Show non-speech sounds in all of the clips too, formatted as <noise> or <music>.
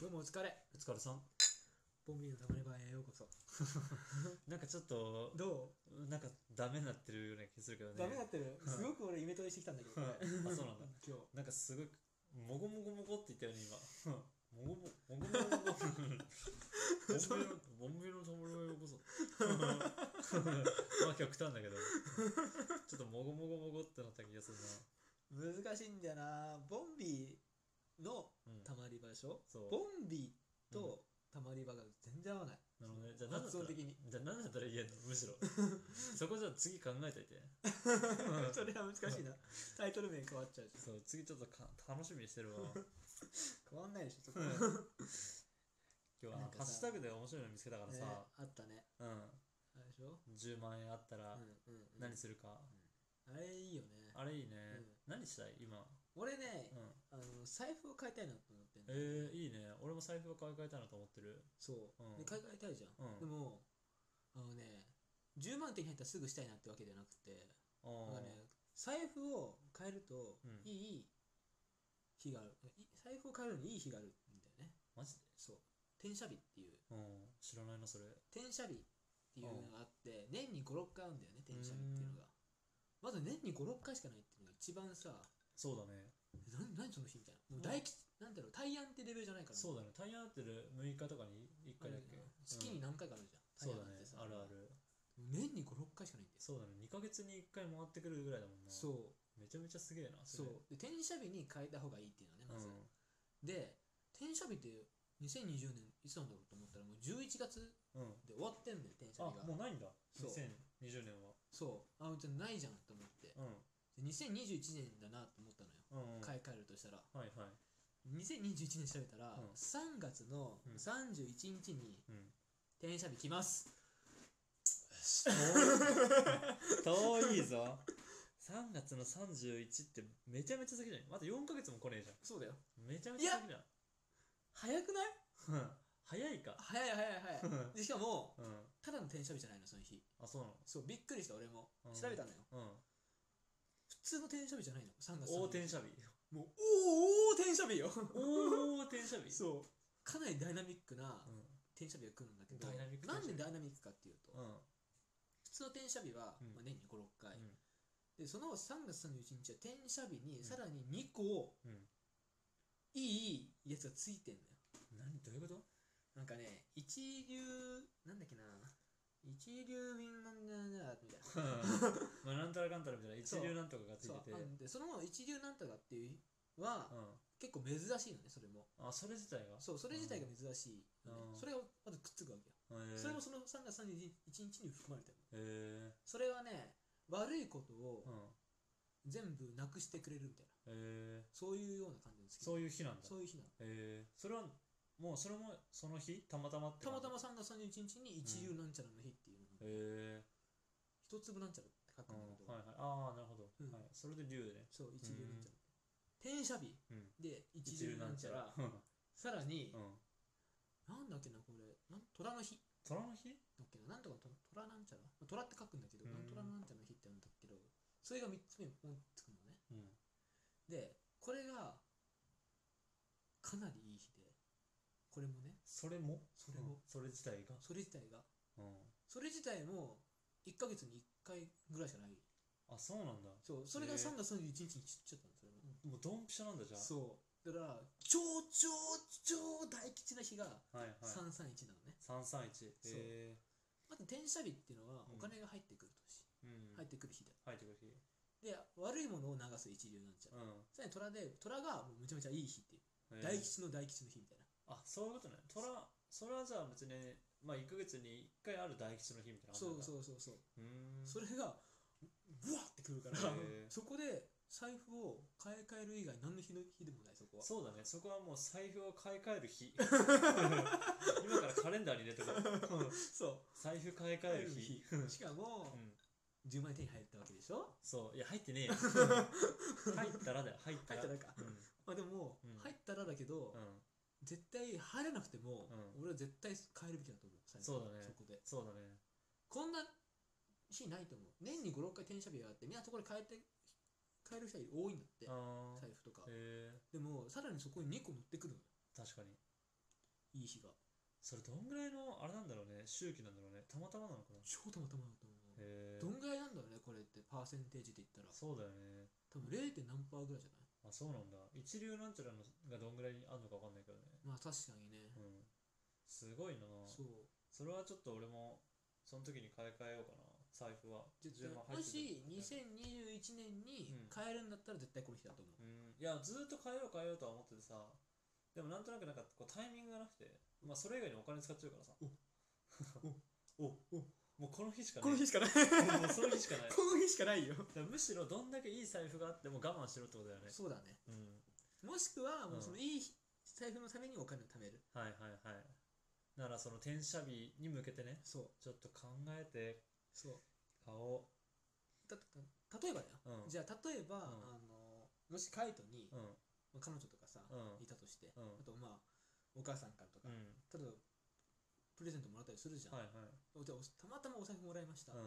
どうもお疲れお疲れさん。ボンビーのたまり場へようこそなんかちょっと、どなんかダメになってるような気するけどう、ね。ダメになってるうんすごく俺イメトレしてきたんだけど、ね、うんあそうなんだ今日なんかすごい、もごもごもごって言ったよね、今。うんもごも、もごもごもご。ボンビの、ボンビの友達ようこそ。まあ極端だけど。ちょっともごもごもごってなった気がする難しいんだよなボンビーのな。たうん。まり場でしょそう。ボンビーとたまり場が全然合わない、なるほどね。じゃあ何だった発音ら的にじゃあ何だったら言えんのむしろ。そこじゃあ次考えといて。うんそれは難しいなタイトル名変わっちゃうしそう、次ちょっとか楽しみにしてるわ。変わんないでしょそこは、今日はなんハかさッシュタグで面白いの見つけたからねさ、あったねあれでしょ、うん、10万円あったうんうんらうん何するか、あれいいよねあれいいね、う何したい今、う俺ねん、あの財布を買いたいなと思ってんだよえー、いいね俺も財布を買い替えたいなと思ってるそう、うんで買い替えたいじゃん、うでんもあのね10万手に入ったらすぐしたいなってわけじゃなくてあなんーかね財布を変えるとうんいい日がある、い財布を変えるのにいい日があるんだよねマジで、そう転写日っていううん、知らないなそれ転写日っていうのがあって年に56回あるんだよね転写日っていうのがまず年に56回しかないっていうのが一番さそうだねえ何何その日みたいなもう大吉、なんだろう大安ってレベルじゃないからそうだねタイヤ合ってる6日とかに1回だっけ、月に何回かあるじゃん、そうだ大安ってねさあるある年に56回しかないんだよそうだね2ヶ月に1回回ってくるぐらいだもんなそうめちゃめちゃすげえなそれうで転写日に変えた方がいいっていうのねまず、うんで転写日って2020年いつなんだろうと思ったらもう11月うんで終わってんだよ転写あ日もがうないんだそう2020年はそうあじゃあないじゃんと思ってうで2021年だなと思ったのよんうんうん買い替えるとしたらはいはい。 2021年調べたらうん3月のうん31日にうん。転写日来ます遠いぞ。3月の31ってめちゃめちゃ先じゃん。まだ4ヶ月も来ねえじゃ <laughs> そうだよん。めちゃめちゃ先じゃん。早くないうん早いか。早い早い早うい <laughs> ん。でしかもただの転写日じゃないのその日あ、そうそうびっくりした俺もうん調べたのよなの。普通の転写日じゃないの3うん。月31日大転写日。もうおーおー転写日よ大転写 <laughs> 日。そうかなりダイナミックなうん。転写日が来るんだけどダイナミックなんで転写日ダイナミックかっていうと、うん。普通の転写日は、うんまあ、年に56回、うんでその3月31日は転写日にさらに2個、うんいいやつがついてんだよ何どういうことなんかね一流なんだっけな一流ウィンなんだなんだみたいなまあなんたらかんたらみたいな一流なんとかがついそうてて。あんでその一流なんとかっていうは、う結構珍しいのねそれもん。あ、それ自体がそうそれ自体が珍しいのね、うんそれをまずくっつくわけよへえそれもその3月31日に含まれてるへえそれはね悪いことをうん。全部なくしてくれるみたいなへえそういうような感じの月そういう日なんだ。そういう日なのえー、それはもうそれもその日たまたまってたまたまま3月31日に一流なんちゃらの日っていうのが、え一粒なんちゃらって書ーくうんだけん、ど、はいはいああなるほど、うんはい、それで竜ねそう一流なんちゃら転写日うんで一流なんちゃらうんさらに、うんなんだっけなこれなん虎の日虎の日だっけななんとかと虎なんちゃらまあ虎って書くんだけど、うんなん虎なんちゃらの日ってあるんだけどそれが3つ目にポンってつくのねうんでこれがかなりいい日でこれもねそれもそれもうんそれ自体がそれ自体がうんそれ自体も1ヶ月に1回ぐらいしかないあそうなんだそうそれがへえ3月31日に散っちゃったのそれももうドンピシャなんだじゃあそうだから超超超大吉な日がはいはい331なのね、 331えあと転写日っていうのはうんお金が入ってくる年、ー、うん入ってくる日だ入ってくる日で悪いものを流す一流なんちゃう、うんさらに虎で虎がもうめちゃめちゃいい日っていう、えー大吉の大吉の日みたいなあそういうことね虎それはじゃあ別にまあ1ヶ月に1回ある大吉の日みたいな感じそうそうなんだそうそう、うーんそれがブワってくるから、へえそこで財布を買い替える以外何の日の日でもないそこはそうだね、そこはもう財布を買い替え <laughs> る日。今からカレンダーに入れてこううんそ財布買い替える日。うしかうも、ん、 10万円手に入ったわけでしょそう、いや、入ってねえ <laughs> よ。入ったらだよ、入った入っら。たらか、うんまあでも、うん入ったらだけど、うん、絶対入らなくても、うん俺は絶対変えるべきだと思う財布そうだねそこでそうだね。こんな日ないと思う年に56回転写日があってみんなそこで変えて変える人が多いんだってあー財布とかへえでもさらにそこに2個乗ってくるのよ確かに。いい日がそれどんぐらいのあれなんだろうね周期なんだろうねたまたまなのかな超たまたまだと思う、へえどんぐらいなんだろうねこれってパーセンテージで言ったらそうだよね多分 0. 何パーぐらいじゃないあそうなんだ一流なんちゃらのがどんぐらいあるのかわかんないけどねまあ確かにねうんすごいなそうそれはちょっと俺もその時に買い替えようかな財布はじゃ10万あも入ってしる2021年にうん変えるんだったら絶対この日だと思う、うんいやずーっと変えよう変えようとは思っててさでもなんとなくなんかこうタイミングがなくてまあそれ以外にお金使っちゃうからさおおもうこの日しかなこのい日し <laughs> かないこもうその日しかないだかの日しかないよらむしろどんだけいい財布があっても我慢しろってことだよね <laughs> そうだねうんもしくはもううんそのいい財布のためにお金を貯めるはいはいはいならその転写日に向けてねそうちょっと考えてそう買おだ例えばだよ、うんじゃあ例えば、あのもしカイトに、ううんまあ彼女とかさ、うんいたとして、うんあとまあお母さんからとか、うん例えばプレゼントもらったりするじゃん、はいはいでおたまたまお財布もらいました、あ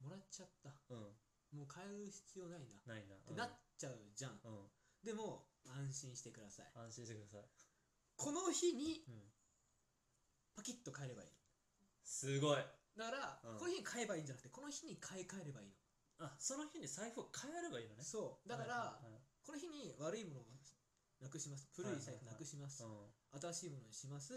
もらっちゃったうんうんもう買う必要ないなっないなてなっちゃうじゃん、うんでも安心してください安心してくださいこの日にうんパキッと買えればいいすごいだから、うんこの日に買えばいいんじゃなくてこの日に買い替えればいいの、あその日に財布を変えればいいのねそうだから、はいはいはいこの日に悪いものをなくします古い財布なくします、新しいものにします、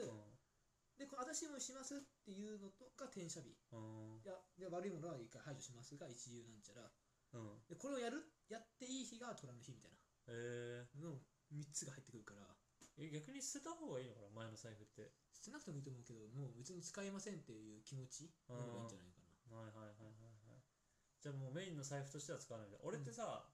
でこの新しいものにしますっていうのとか転写日うんうんいやで悪いものは一回排除しますが一流なんちゃらうんでこれをやるやっていい日が虎の日みたいえなの3つが入ってくるからーえ逆に捨てた方がいいのかな前の財布って捨てなくてもいいと思うけどもう別に使いませんっていう気持ちの方がいいんじゃないかなはいはいはいはいはいじゃあもうメインの財布としては使わないみたい俺ってさ、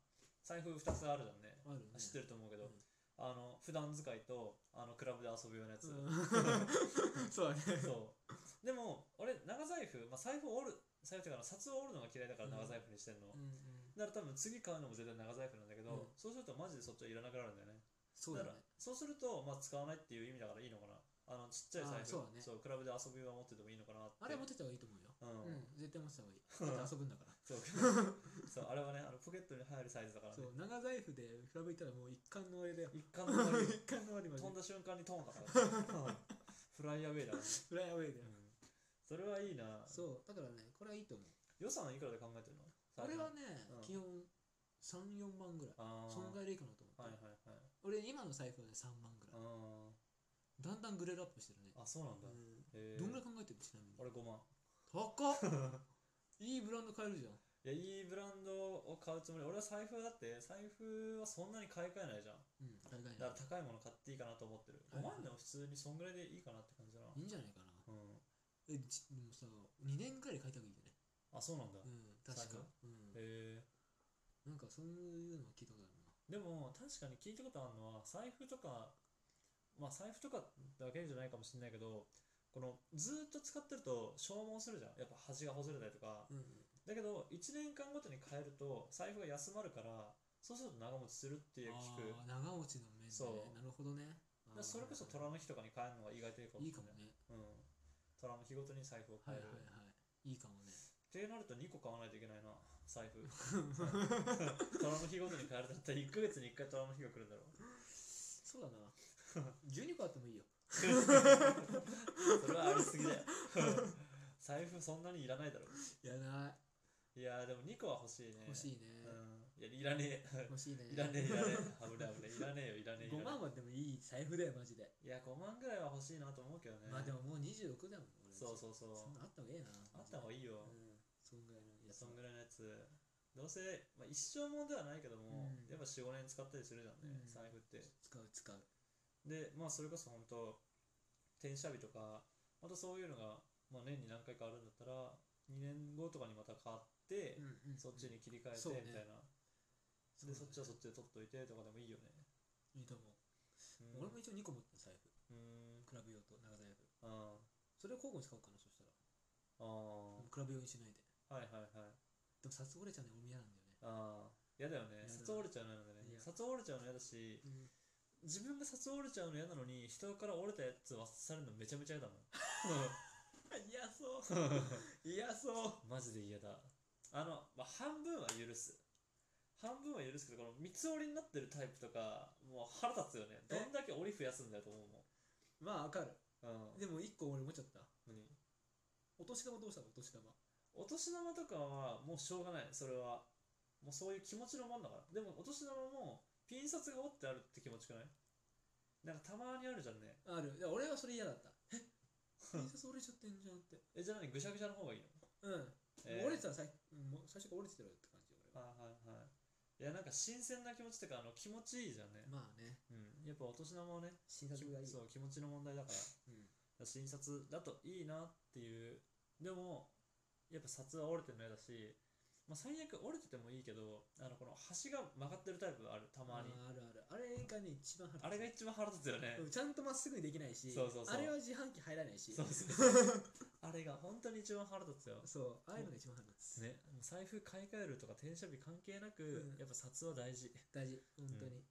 財布2つあるじゃんねあるね知ってると思うけど、うんあの普段使いとあのクラブで遊ぶようなやつ、うんそうだねそうでも俺長財布、まあ、財布を折る財布というかあの札を折るのが嫌いだから長財布にしてるの、うんうんだから多分次買うのも絶対長財布なんだけど、うんそうするとマジでそっちはいらなくなるんだよねそうだねからそうすると、まあ、使わないっていう意味だからいいのかなあのちっちゃい財あー布そうだねクラブで遊びは持っててもいいのかなってあれは持ってた方がいいと思うよううんん、絶対持ってた方がいい <laughs> だって遊ぶんだからそうそうあれはねあのポケットに入るサイズだからそねう長財布で比べたらもう一貫のあれだよ一貫一の割 <laughs> に貫のあれまで飛んだ瞬間にトーンだからね、うん <laughs> フライアウェイだからね、フライアウェイだようんそれはいいなそうだからねこれはいいと思う予算いくらで考えてるのこれはねうん基本34万ぐらいあーそのぐらいでいいかなと思はっいはていはい俺今の財布はね3万ぐあらいだんだんグレードアップしてるねーあそうなんだ、うんえどんぐらい考えてるちなみに俺5万高っ <laughs> いいブランド買えるじゃんいやいいブランドを買うつもり俺は財布はだって財布はそんなに買い替えないじゃんうん海外だのから高いもの買っていいかなと思ってるはいは5い万でも普通にそんぐらいでいいかなって感じだな、いいんじゃないかなうん、えじでもさ2年ぐらいで買いた方がいいよねあそうなんだ、うへん確か財うんえなんかそういうのは聞いたことあるなでも確かに聞いたことあるのは財布とかまあ財布とかだけじゃないかもしれないけどこのずっと使ってると消耗するじゃんやっぱ端がほずれたりとかうんうんだけど1年間ごとに変えると財布が休まるからそうすると長持ちするって聞くあー長持ちの面でそねうなるほどねだからそれこそ虎の日とかに変えるのが意外といいかもいいしかれもないねうん、虎の日ごとに財布をは変いえはいる、はいいいかもねってなると2個買わないといけないな財布虎の日ごとに変えるだったら1ヶ月に1回虎の日が来るんだろうそうだ <laughs> な12個あってもいい <laughs> よそれはありすぎだよ <laughs> 財布そんなにいらないだろういらないいやーでも2個は欲しいね欲しいねうん、いやいらねえ欲しいねいらねえい <laughs> らねえ危ない危ないいらねえよいらねえいら5ね万はでもいい財布だよマジでえいや5万ぐらいは欲しいなと思うけどねまあでももう26だもん俺そうそうそうそんなあった方がいいなあった方がいいよ、うんそんぐらいのいややつそんぐらいのやつどうせ、まあ、一生もんではないけども、うんやっぱ45年使ったりするじゃんね、うん財布って使う使うでまあそれこそ本当転写日とかまたそういうのが、まあ、年に何回かあるんだったら2年後とかにまた買って、うんうんそっちに切り替えてそうねみたいな、そうだでねそっちはそっちで取っといてとかでもいいよねいいと思ううん俺も一応2個持ってる財布うんクラブ用と長財布あそれを交互に使おうかなそしたらああでもクラブ用にしないであはいはいはいでも札折れちゃうの俺も嫌なんだよねああ嫌だよね嫌だ札折れちゃうの嫌なんだねいや札折れちゃうの嫌だしうん自分が札折れちゃうの嫌なのに人から折れたやつ渡されるのめちゃめちゃ嫌だもん <laughs> 嫌そう <laughs> 嫌そうマジで嫌だあの、まあ、半分は許す半分は許すけどこの三つ折りになってるタイプとかもう腹立つよねどんだけ折り増やすんだよと思うもんまあわかるうんでも一個俺思っちゃった何お年玉どうしたのお年玉お年玉とかはもうしょうがないそれはもうそういう気持ちのもんだからでもお年玉もピン札が折ってあるって気持ちくないなんかたまにあるじゃんねあるいや俺はそれ嫌だったえ印刷折れちゃってんじゃんってえじゃあ何ぐしゃぐしゃの方がいいの、うん、えー折れてたらさいうんもう最初から折れてたよって感じ俺ははいはいはいいやなんか新鮮な気持ちとかあの気持ちいいじゃんね、まあねうん、やっぱお年玉はね診き察がいいそう気持ちの問題だからうん診察だといいなっていうでもやっぱ札は折れてるの嫌だし、まあ、最悪折れててもいいけどあのこの端が曲がってるタイプがあるたまにあーあるあるあれがね一番腹立つあれが一番腹立つよねうんちゃんとまっすぐにできないしそうそうそうあれは自販機入らないしそうそうそうあれが本当に一番腹立つよ <laughs> そうああいうのが一番腹立つねもう財布買い替えるとか転写日関係なく、うんやっぱ札は大事大事本当に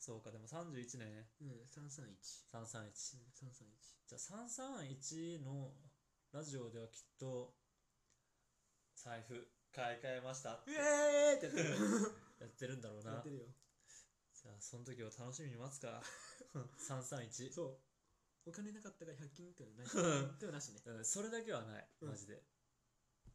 そうかでも31年うん331 331うん331じゃあ331のラジオではきっと財布買い替えましたってうやえーってやってるってるんだろうやなってるよじゃあその時を楽しみに待つか <laughs> 331そうお金なかったから100均っていうのはないではなしねうんそれだけはないうんマジで、